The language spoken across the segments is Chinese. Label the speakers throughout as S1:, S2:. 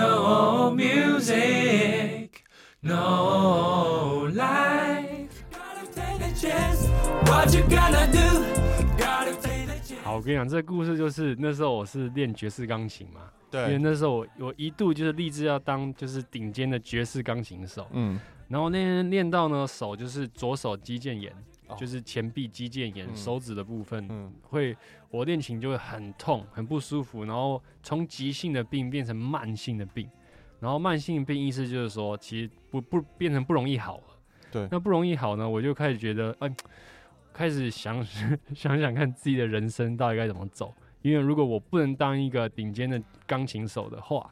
S1: No music, no life. Gotta take a chance. What you gonna do? Gotta take a chance.
S2: 好，我跟你讲，这个故事就是那时候我是练爵士钢琴嘛，因为
S3: 对，
S2: 那时候我我一度就是立志要当就是顶尖的爵士钢琴手，
S3: 嗯，
S2: 然后那天练到呢手就是左手肌腱炎，
S3: 哦
S2: 就是前臂肌腱炎，
S3: 嗯
S2: 手指的部分，
S3: 嗯
S2: 会我练琴就会很痛，很不舒服，然后从急性的病变成慢性的病，然后慢性病意思就是说，其实不不变成不容易好了。
S3: 对
S2: 那不容易好呢，我就开始觉得，哎，开始想 想想看自己的人生到底该怎么走。因为如果我不能当一个顶尖的钢琴手的话，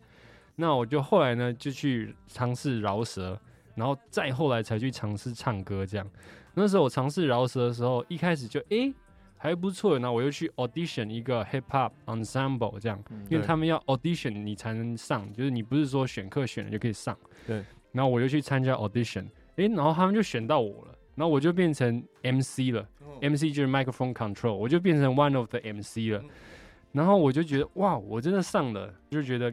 S2: 那我就后来呢就去尝试饶舌，然后再后来才去尝试唱歌这样。那时候我尝试饶舌的时候，一开始就诶、还不错，然后我又去 audition 一个 hip hop ensemble 这样，因为
S3: 嗯对
S2: 他们要 audition 你才能上，就是你不是说选课选了就可以上。
S3: 对。
S2: 然后我就去参加 audition，诶、然后他们就选到我了，然后我就变成 MC 了、m c 就是 microphone control，我就变成 one of the MC
S3: 嗯
S2: 了。然后我就觉得哇，我真的上了，就觉得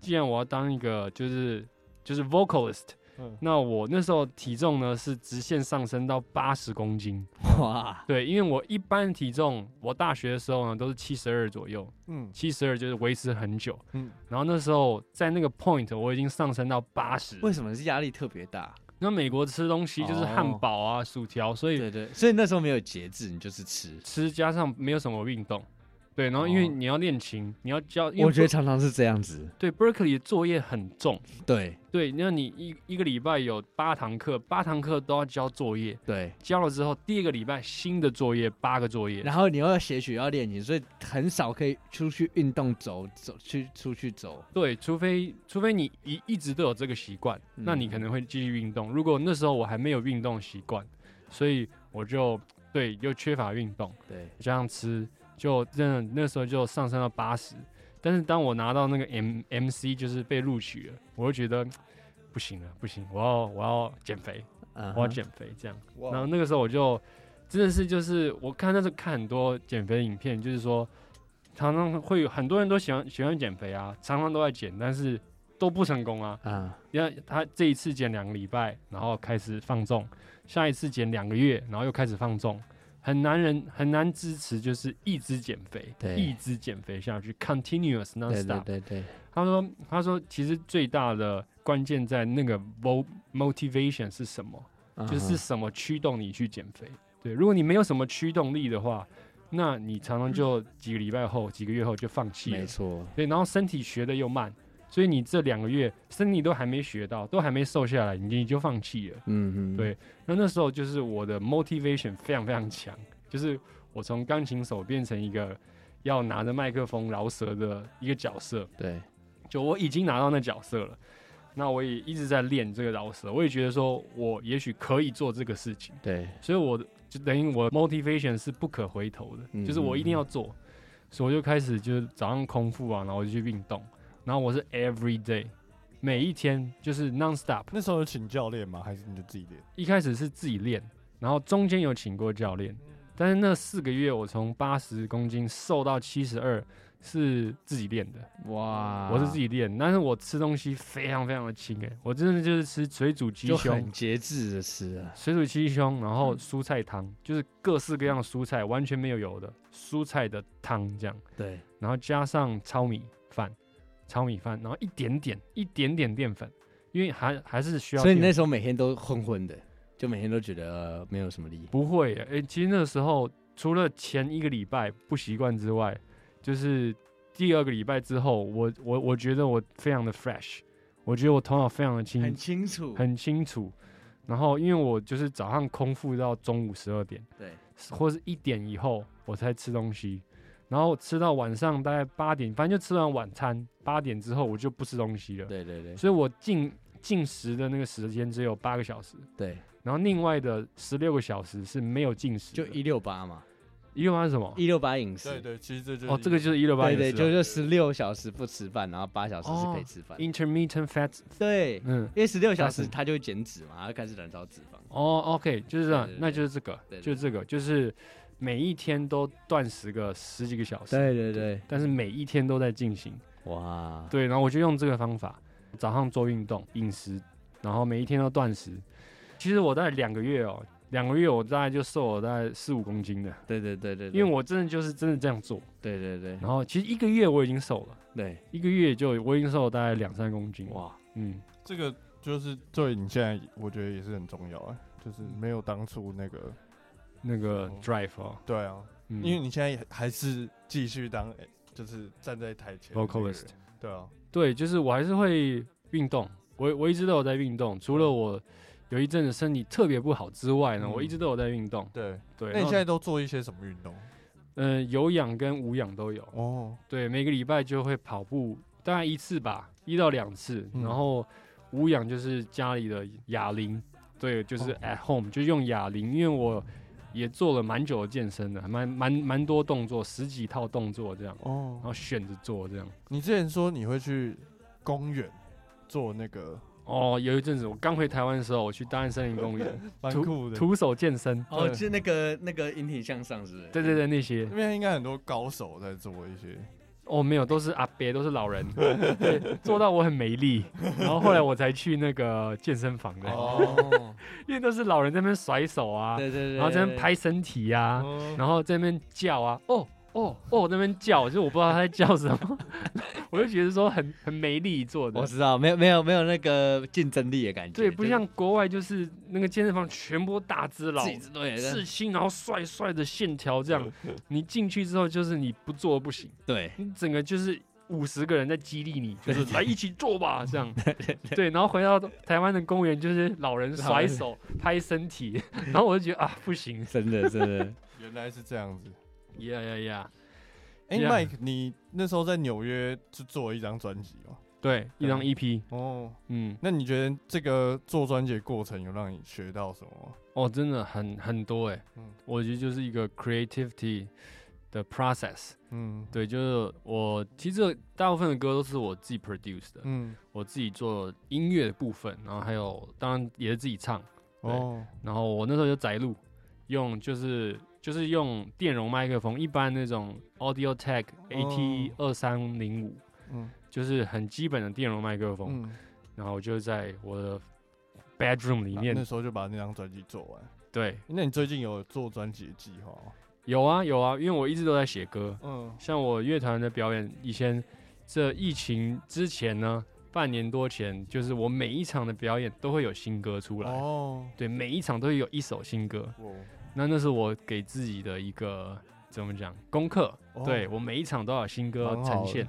S2: 既然我要当一个就是就是 vocalist，、
S3: 嗯
S2: 那我那时候体重呢是直线上升到八十公斤。
S4: 哇，
S2: 对，因为我一般体重，我大学的时候呢都是七十二左右，
S3: 嗯
S2: 七十二就是维持很久。
S3: 嗯，
S2: 然后那时候在那个 point 我已经上升到八十。
S4: 为什么是压力特别大？
S2: 那美国吃东西就是汉堡啊、薯条，所以
S4: 对对，所以那时候没有节制，你就是吃。
S2: 吃加上没有什么运动。对，然后因为
S4: 哦
S2: 你要练琴，你要教，因为
S4: 我觉得
S2: Ber-
S4: 常常是这样子。
S2: 对 Berkeley 的作业很重。
S4: 对
S2: 对，那你一一个礼拜有八堂课，八堂课都要交作业，
S4: 对，
S2: 交了之后第一个礼拜新的作业八个作业，
S4: 然后你又要写曲，又要练琴，所以很少可以出去运动走走去出去走。
S2: 对，除非除非你一一直都有这个习惯，
S4: 嗯
S2: 那你可能会继续运动。如果那时候我还没有运动习惯，所以我就对又缺乏运动，
S4: 对，
S2: 加上吃，就真的那时候就上升到八十。但是当我拿到那个 M M C 就是被录取了，我就觉得嗯不行了，不行，我要我要减肥，
S4: 嗯
S2: 我要
S4: 哼
S2: 减肥这样。
S3: 哇
S2: 然后那个时候我就真的是就是我看那时候看很多减肥影片，就是说常常会有很多人都喜欢喜欢减肥啊，常常都在减，但是都不成功啊。
S4: 啊，
S2: 因为他这一次减两个礼拜，然后开始放纵，下一次减两个月，然后又开始放纵，很难人很难支持，就是一直减肥，
S4: 对
S2: 一直减肥下去，continuous non
S4: 对
S2: stop
S4: Ah，对。对对，
S2: 他说：“他说，其实最大的关键在那个 vo- motivation 是什么？
S4: 嗯哼
S2: 就是什么驱动你去减肥。对，如果你没有什么驱动力的话，那你常常就几个礼拜后、几个月后就放弃了
S4: 嗯没。错，
S2: 对，然后身体学的又慢，所以你这两个月身体都还没学到，都还没瘦下来，你你就放弃了。
S4: 嗯嗯，
S2: 对那那时候就是我的 motivation 非常非常强，就是我从钢琴手变成一个要拿着麦克风饶舌的一个角色。
S4: 对，
S2: 就我已经拿到那角色了，那我也一直在练这个饶舌，我也觉得说我也许可以做这个事情。
S4: 对，
S2: 所以我的就等于我的 motivation 是不可回头的，
S4: 嗯
S2: 就是我一定要做，所以我就开始就是早上空腹啊，然后我就去运动，然后我是 every day，每一天就是 non stop，
S3: 那时候有请教练吗？还是你就自己练？
S2: 一开始是自己练，然后中间有请过教练，但是那四个月我从八十公斤瘦到七十二是自己练的，
S4: 哇，
S2: 我是自己练，但是我吃东西非常非常的轻诶、欸我真的就是吃水煮鸡
S4: 就
S2: 胸
S4: 很。节制的吃啊，
S2: 水煮鸡胸，然
S4: 嗯
S2: 后蔬菜汤，就是各式各样的蔬菜，完全没有油的蔬菜的汤这样，
S4: 对，
S2: 然后加上糙米饭，糙米饭，然后一点点一点点淀粉，因为还还是需要
S4: 所以
S2: 淀粉。
S4: 你那时候每天都混混的，就每天都觉得、呃没有什么力，
S2: 不会耶，诶、其实那时候除了前一个礼拜不习惯之外，就是第二个礼拜之后，我我我觉得我非常的 fresh，我觉得我头脑非常的清
S4: 很清楚，
S2: 很清楚，然后因为我就是早上空腹到中午十二点。
S4: 对，
S2: 或是一点以后我才吃东西，然后吃到晚上大概八点，反正就吃完晚餐八点之后我就不吃东西了，
S4: 对对对
S2: 所以我进进食的那个时间只有八个小时，
S4: 对，
S2: 然后另外的十六个小时是没有进食
S4: 就
S2: 的，
S4: 一六八嘛，
S2: 一六八是什么？
S4: 一六八饮食，
S3: 对对，其实这就是
S2: 哦，这个就是一六八，
S4: 对对，就是十六小时不吃饭，然后八小时是可以吃饭。
S2: intermittent fast，
S4: 哦对，
S2: 嗯，
S4: 因为十六小时
S2: fasting
S4: 它就会减脂嘛，它就开始燃烧脂肪。
S2: 哦，OK，就是这样
S4: 对对，对
S2: 那就是这个
S4: 对，对
S2: 就是这个，就是每一天都断食个十几个小时，
S4: 对对
S2: 但是每一天都在进行，
S5: 哇，
S2: 对，然后我就用这个方法，早上做运动、饮食，然后每一天都断食。其实我大概两个月哦、两个月我大概就瘦了大概四五公斤的，
S4: 对对对对，对
S2: 因为我真的就是真的这样做。
S4: 对对对
S2: 然后其实一个月我已经瘦了，
S4: 对，
S2: 一个月就我已经瘦了大概两三公斤。哇，
S5: 哇，
S2: 嗯，
S3: 这个就是对你现在，我觉得也是很重要啊，就是没有当初那个，
S2: 那个
S3: 哦
S2: drive 哦，
S3: 对啊，
S2: 嗯、
S3: 因为你现在还是继续当，欸就是站在台前的那个人
S2: Vocalist
S3: 对啊，
S2: 对，就是我还是会运动，我我一直都有在运动，除了我有一阵子身体特别不好之外呢，
S3: 嗯
S2: 我一直都有在运动。
S3: 对。
S2: 对，
S3: 那你
S2: 然后
S3: 现在都做一些什么运动？
S2: 呃有氧跟无氧都有，
S3: 哦，
S2: 对，每个礼拜就会跑步，大概一次吧，一到两次，
S3: 嗯
S2: 然后无氧就是家里的哑铃，对，就是
S3: 哦
S2: at home、就用哑铃，因为我也做了蛮久的健身的，蛮蛮蛮多动作，十几套动作这样，然
S3: 哦，
S2: 后选着做这样。
S3: 你之前说你会去公园做那个，
S2: 哦，有一阵子我刚回台湾的时候，我去大安森林公 园
S3: 蛮
S2: 徒
S3: 酷的。
S2: 徒手健身，
S4: 哦，
S3: 对
S4: 就是那个那个引体向上是不是？
S2: 对对对，那些
S3: 那边应该很多高手在做一些，
S2: 哦没有，都是阿伯，都是老人，对，做到我很没力，然后后来我才去那个健身房的，
S4: 哦，
S2: 因为都是老人在那边甩手啊，
S4: 对对对，
S2: 然后在那边拍身体呀、
S3: 哦
S2: 啊，然后在那边叫啊，哦哦哦，那边叫，就是我不知道他在叫什么， 我就觉得说很很没力做的
S4: 我。知道，没有没有没有那个竞争力的感觉，
S2: 对，不
S4: 就
S2: 像国外，就是那个健身房全部都大只老
S4: 自己对
S2: 刺青，然后帅帅的线条这样。你进去之后，就是你不做不行，
S4: 对
S2: 你整个就是五十个人在激励你，就是来一起做吧这样。对，然后回到台湾的公园，就是老人甩手拍身体， 然后我就觉得啊，不行，
S4: 真的真的，
S3: 原来是这样子。
S2: 呀呀呀，
S3: 哎、
S2: Yeah
S3: m i k e 你那时候在纽约是做了一张专辑哦。
S2: 对，一张 EP，
S3: 哦，
S2: 嗯，
S3: 那你觉得这个做专辑的过程有让你学到什么吗？
S2: 哦，真的很很多哎、
S3: 嗯
S2: 我觉得就是一个 creativity 的 process。
S3: 嗯，
S2: 对，就是我其实大部分的歌都是我自己 produce 的，
S3: 嗯，
S2: 我自己做音乐的部分，然后还有当然也是自己唱，
S3: 哦，
S2: 然后我那时候就宅录，用就是就是用电容麦克风，一般那种 Audio Tech AT 二三零五，
S3: 嗯
S2: 就是很基本的电容麦克风，
S3: 嗯，
S2: 然后我就在我的 bedroom 里面
S3: 啊那，时候就把那张专辑做完。
S2: 对，
S3: 那你最近有做专辑的计划吗？
S2: 有啊有啊，因为我一直都在写歌，
S3: 嗯，
S2: 像我乐团的表演，以前这疫情之前呢，半年多前，就是我每一场的表演都会有新歌出来，
S3: 哦，
S2: 对，每一场都会有一首新歌。
S3: 我
S2: 那那是我给自己的一个怎么讲功课，对我每一场都要有新歌
S3: 哦蛮好
S2: 呈
S3: 的
S2: 现，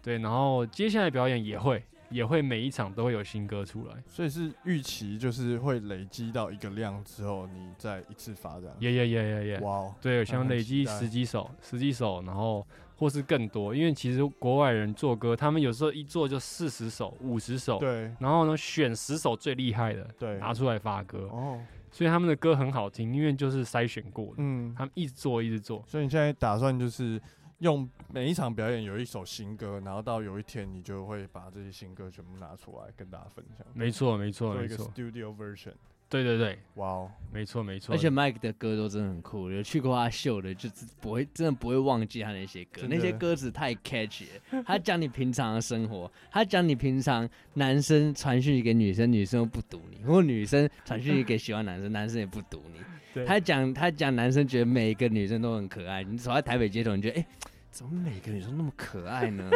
S2: 对，然后接下来表演也会也会每一场都会有新歌出来，
S3: 所以是预期就是会累积到一个量之后，你再一次发展。
S2: 耶耶耶耶耶，
S3: 哇哦，
S2: 对，想
S3: 很
S2: 累
S3: 期
S2: 积
S3: 待
S2: 十几首，十几首，然后或是更多，因为其实国外人做歌，他们有时候一做就四十首、五十首，
S3: 对
S2: 然后呢选十首最厉害的
S3: 对，
S2: 拿出来发歌，
S3: 哦，
S2: 所以他们的歌很好听，因为就是筛选过的，
S3: 嗯，
S2: 他们一直做一直做，
S3: 所以你现在打算就是用每一场表演有一首新歌，然后到有一天你就会把这些新歌全部拿出来跟大家分享，
S4: 嗯
S2: 没错没错
S3: 做
S2: 没
S3: 一个
S2: 错，
S3: studio version。
S2: 对对对，
S3: 哇哦，
S2: 没错没错，
S4: 而且 Mike 的歌都真的很酷，有去过他秀的，就是不会真的不会忘记他那些歌，
S3: 真的
S4: 那些歌词太 catchy 了。他讲你平常的生活，他讲你平常男生传讯息给女生，女生又不读你，或女生传讯息给喜欢男生，男生也不读你。
S2: 对
S4: 他讲他讲男生觉得每一个女生都很可爱，你走在台北街头，你觉得哎、怎么每个女生那么可爱呢？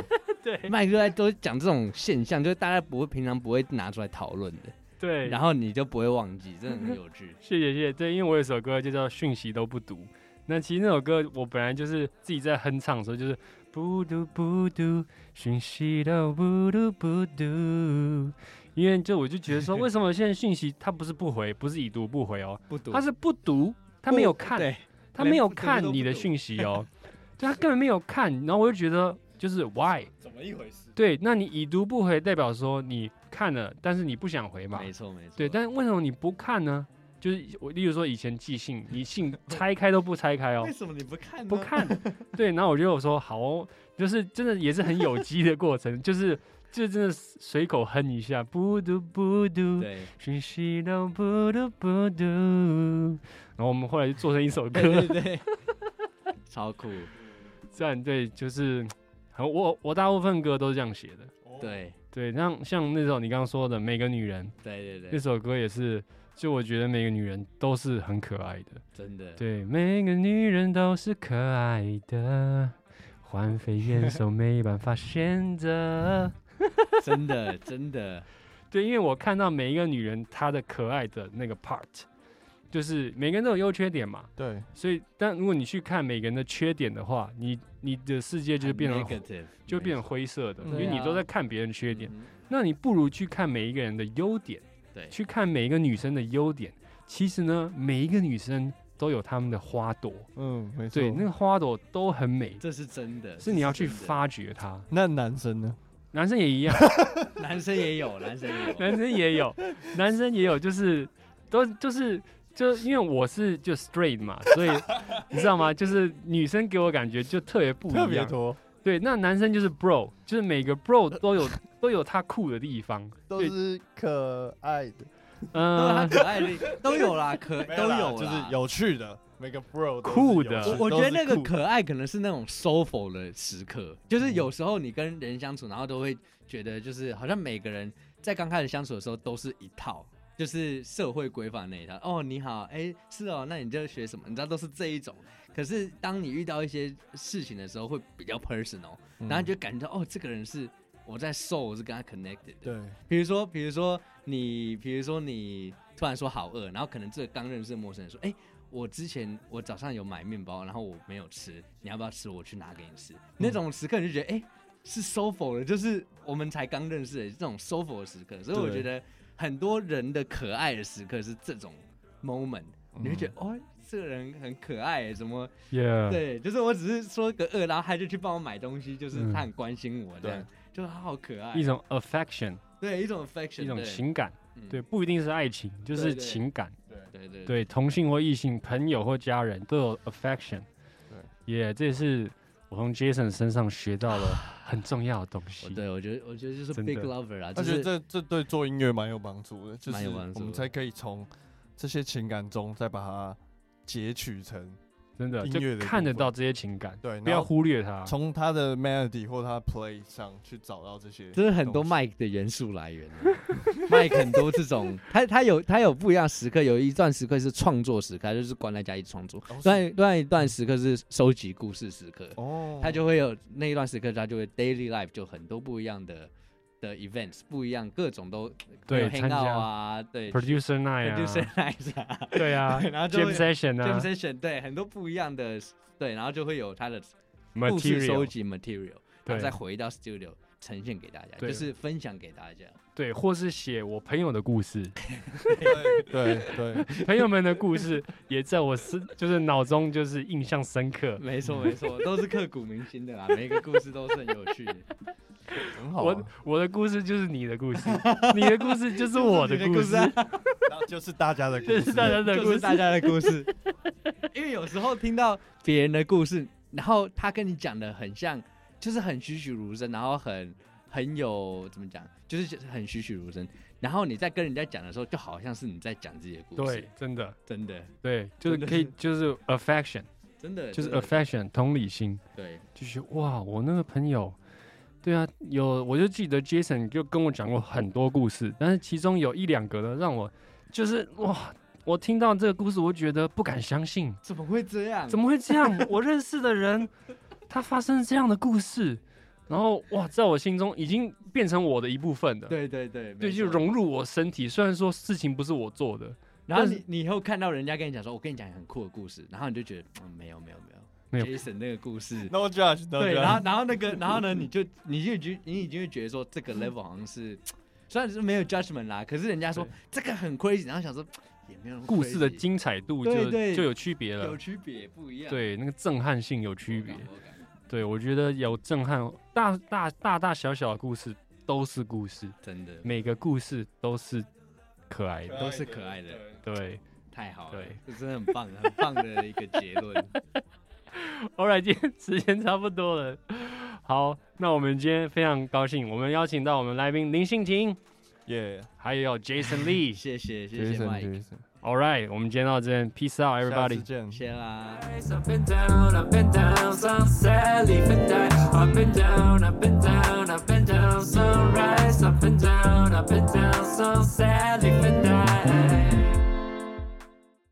S2: 对
S4: 麦克都讲这种现象，就是大家不会平常不会拿出来讨论的，
S2: 对，。
S4: 然后你就不会忘记，真的很有趣
S2: 谢谢谢谢，对，因为我有首歌就叫《讯息都不读》，那其实那首歌我本来就是自己在哼唱的时候，就是不读不读，讯息都不读不读，因为就我就觉 得说，为什么现在讯息它不是不回，不是已读不回哦，
S4: 不读
S2: 它是不读，它没有看，
S4: 对
S2: 他没有
S4: 连
S2: 看
S4: 读都不
S2: 你的
S4: 读
S2: 讯息 哦，对他根本没有看，然后我就觉得就是 why
S3: 怎么一回事？
S2: 对，那你已读不回代表说你看了，但是你不想回嘛，
S4: 没错没错，
S2: 对，但是为什么你不看呢？就是我，例如说以前寄信，你信拆开都不拆开哦，
S4: 什么你不看
S2: 不看。对，然后我就有说好、哦，就是真的也是很有机的过程，就是就真的随口哼一下，不嘟不嘟，
S4: 对，
S2: 讯息都不嘟不嘟。然后我们后来就做成一首歌，
S4: 对对对，超酷。
S2: 这样对，就是好我我大部分歌都是这样写的。
S4: 对
S2: 对，像像那首你刚刚说的《每个女人》
S4: 对对
S2: 那
S4: 对，
S2: 首歌也是，就我觉得每个女人都是很可爱的。
S4: 真的，
S2: 对，每个女人都是可爱的，环肥燕瘦没办法选择。
S4: 真的真的，
S2: 对，因为我看到每一个女人她的可爱的那个 part，就是每个人都有优缺点嘛。
S3: 对，
S2: 所以，但如果你去看每个人的缺点的话，你你的世界 就变成
S4: negative，
S2: 就变成灰色的，
S3: 嗯
S2: 因为你
S4: 对啊
S2: 都在看别人缺点。
S4: 嗯
S2: 那你不如去看每一个人的优点，
S4: 对
S2: 去看每一个女生的优点。其实呢，每一个女生都有她们的花朵，
S3: 嗯，没错。
S2: 对，那个花朵都很美，
S4: 这是真的，
S2: 是你要去
S4: 这是真的，
S2: 发掘它。
S3: 那男生呢？
S2: 男生也一 样，
S4: 男生也有，男生也有，
S2: 男生也有，男生也有，就是都就是就因为我是就 straight 嘛，所以你知道 吗？就是女生给我感觉就特别不
S3: 特
S2: 一
S3: 别
S2: 样。
S3: 多，
S2: 对，那男生就是 bro，就是每个 bro 都有都有他酷的地方。
S5: 都
S2: 对
S5: 是可爱的。
S4: 都有他
S2: 嗯，
S4: 可爱的都有啦，可都
S3: 啦
S4: 有
S3: 就
S4: 啦
S3: 是。有趣的，每个 bro 都是
S2: 酷
S3: 有
S2: 的
S3: 趣
S4: 我我觉得那个
S3: 都是酷的
S4: 可爱可能是那种 soulful 的时刻，就是
S3: 嗯
S4: 有时候你跟人相处，然后都会觉得就是好像每个人在刚开始相处的时候都是一套，就是社会规范那一套。哦，你好，哎、是哦，那你就学什么？你知道都是这一种。可是当你遇到一些事情的时候，会比较 personal，然
S3: 嗯
S4: 后你就感觉到、哦，这个人是我在 soul 我是跟他 connected 的。
S3: 嗯对，
S4: 比如说，比如说你，比如说你突然说好饿，然后可能这个刚认识的陌生人说，哎、我之前我早上有买面包，然后我没有吃，你要不要吃？我去拿给你
S2: 嗯
S4: 吃。那种时刻你就觉得，哎、是 so f 的，就是我们才刚认识的这种 so f 的时刻。所以我觉
S3: 对
S4: 得很多人的可爱的时刻是这种 moment，你
S2: 嗯
S4: 会觉得、哦，这个人很可爱，怎么？
S2: 耶，
S4: 对，就是我只是说个饿，然后他就去帮我买东西，就是
S2: 嗯
S4: 他很关心我这样，就是他好可爱
S2: 一，种 affection，
S4: 对，一种 affection，
S2: 一种
S4: 对
S2: 情感，
S4: 嗯
S2: 对，不一定是爱情，就
S4: 对
S2: 是
S4: 对
S2: 情感，
S4: 对对
S2: 对，同性或异性、朋友或家人都有 affection，对，耶，这也是我从 Jason 身上学到了很重要的东
S4: 我
S2: 西。
S4: 哦对我觉得我觉得就是
S2: 真
S4: big
S2: 的
S4: lover 啊，
S3: 而
S4: 就
S3: 且
S4: 是
S3: 这这对做音乐蛮有帮助的，就是
S4: 蛮有帮
S3: 我
S4: 助
S3: 们
S4: 的
S3: 才可以从这些情感中再把它截取成
S2: 真的
S3: 音
S2: 就
S3: 乐的部
S2: 看得
S3: 分
S2: 到这些情感，
S3: 对
S2: 不
S3: 然
S2: 要
S3: 后
S2: 忽略它。
S3: 从他的 melody 或他 play 上去找到这些东西，
S4: 这是很多 Mike 的元素来 源啊，Mike 很多这种，他他有他有不一样的时刻，有一段时刻是创作时刻，他就是关在家一直创作
S3: 哦；，是
S4: 另外一段时刻是收集故事时刻，
S3: 哦，
S4: 他就会有那一段时刻，他就会 daily life 就很多不一样的的 events，不一样各种都
S2: 对参
S4: hang
S2: 加
S4: out 啊，对
S2: Producer night 啊，
S4: producer night 啊，
S2: 对啊
S4: 然后就
S2: ，Jam
S4: 会
S2: session 啊
S4: session 对很多不一样的对，然后就会有他的故事收
S2: ，material，
S4: 集 material，然
S2: 对
S4: 后再回到 studio 呈现给大家，
S2: 对
S4: 就是分享给大家。
S2: 对，或是写我朋友的故事，
S3: 对对对，
S2: 朋友们的故事也在我深，就是脑中就是印象深刻。
S4: 没错没错，都是刻骨铭心的啦，每一个故事都是很有趣的。
S3: 很好啊
S2: 我。我的故事就是你的故事，你的故事就是 我的
S4: 就是你的
S2: 故
S4: 故
S2: 事
S4: 事啊，
S3: 然后就是大家的故
S2: 这
S3: 事，
S2: 是大家的
S4: 就
S2: 故
S4: 是
S2: 事。
S4: 大家的故事，因为有时候听到别人的故事，然后他跟你讲的很像，就是很栩栩如生，然后很很有怎么讲，就是很栩栩如生。然后你在跟人家讲的时候，就好像是你在讲自己的故事
S2: 对，，真的，
S4: 真的
S2: 对，就是
S4: 真的
S2: 可以
S4: 是，
S2: 就是 affection，
S4: 真的
S2: 就是
S4: 真
S2: 呃
S4: 的
S2: affection，同理心。
S4: 对
S2: 就是哇，我那个朋友，对啊，有我就记得 Jason 就跟我讲过很多故事，但是其中有一两个呢，让我就是哇，我听到这个故事，我觉得不敢相信，
S4: 怎么会这样？
S2: 怎么会这样？我认识的人，他发生这样的故事，然后哇，在我心中已经变成我的一部分了。
S4: 对对对
S2: 对，
S4: 没
S2: 就
S4: 错
S2: 融入我身体。虽然说事情不是我做的，
S4: 然后
S2: 但
S4: 你你以后看到人家跟你讲说，我跟你讲很酷的故事，然后你就觉得嗯没有没有
S2: 没
S4: 没
S2: 有
S4: 有，Jason 那个故 事，
S3: ，No judge，No
S4: 对，然
S3: judge，
S4: 后然后那个然后呢，你就你就觉你已经会觉得说这 个 level 好像是虽然是没有 judgment 啦，可是人家说
S2: 对
S4: 这个很 crazy，然后想说也没有那么
S2: 故事的
S4: crazy，
S2: 精彩度
S4: 对
S2: 就
S4: 对
S2: 就有区别
S4: 有
S2: 了。
S4: 区别不一样，哦
S2: 对，那个震撼性有
S4: 我
S2: 区别
S4: 懂，。我懂
S2: 对，我觉得有震撼，大大大大小小的故事都是故事，
S4: 真的
S2: 每个故事都是可爱的。
S4: 都是可爱的
S2: 对
S4: 太好了
S2: 对，
S4: 这真的很棒很棒的一个结 论，
S2: ，Alright，今天时间差不多了，好，那我们今天非常高兴，我们邀请到我们来宾林信婷，
S3: 耶，
S2: 还有 Jason Lee，
S4: 谢谢谢谢 Mike，
S3: Jason，Jason， All right，我们今天到这边，peace
S6: 下
S3: out
S6: 次
S3: everybody。
S6: 见。
S4: 谢啦。
S2: Up and down, up and down, sunset, leaf and die. Up and down, up and down, up and down, sunrise. Up and down, up and down, sunset, leaf and die.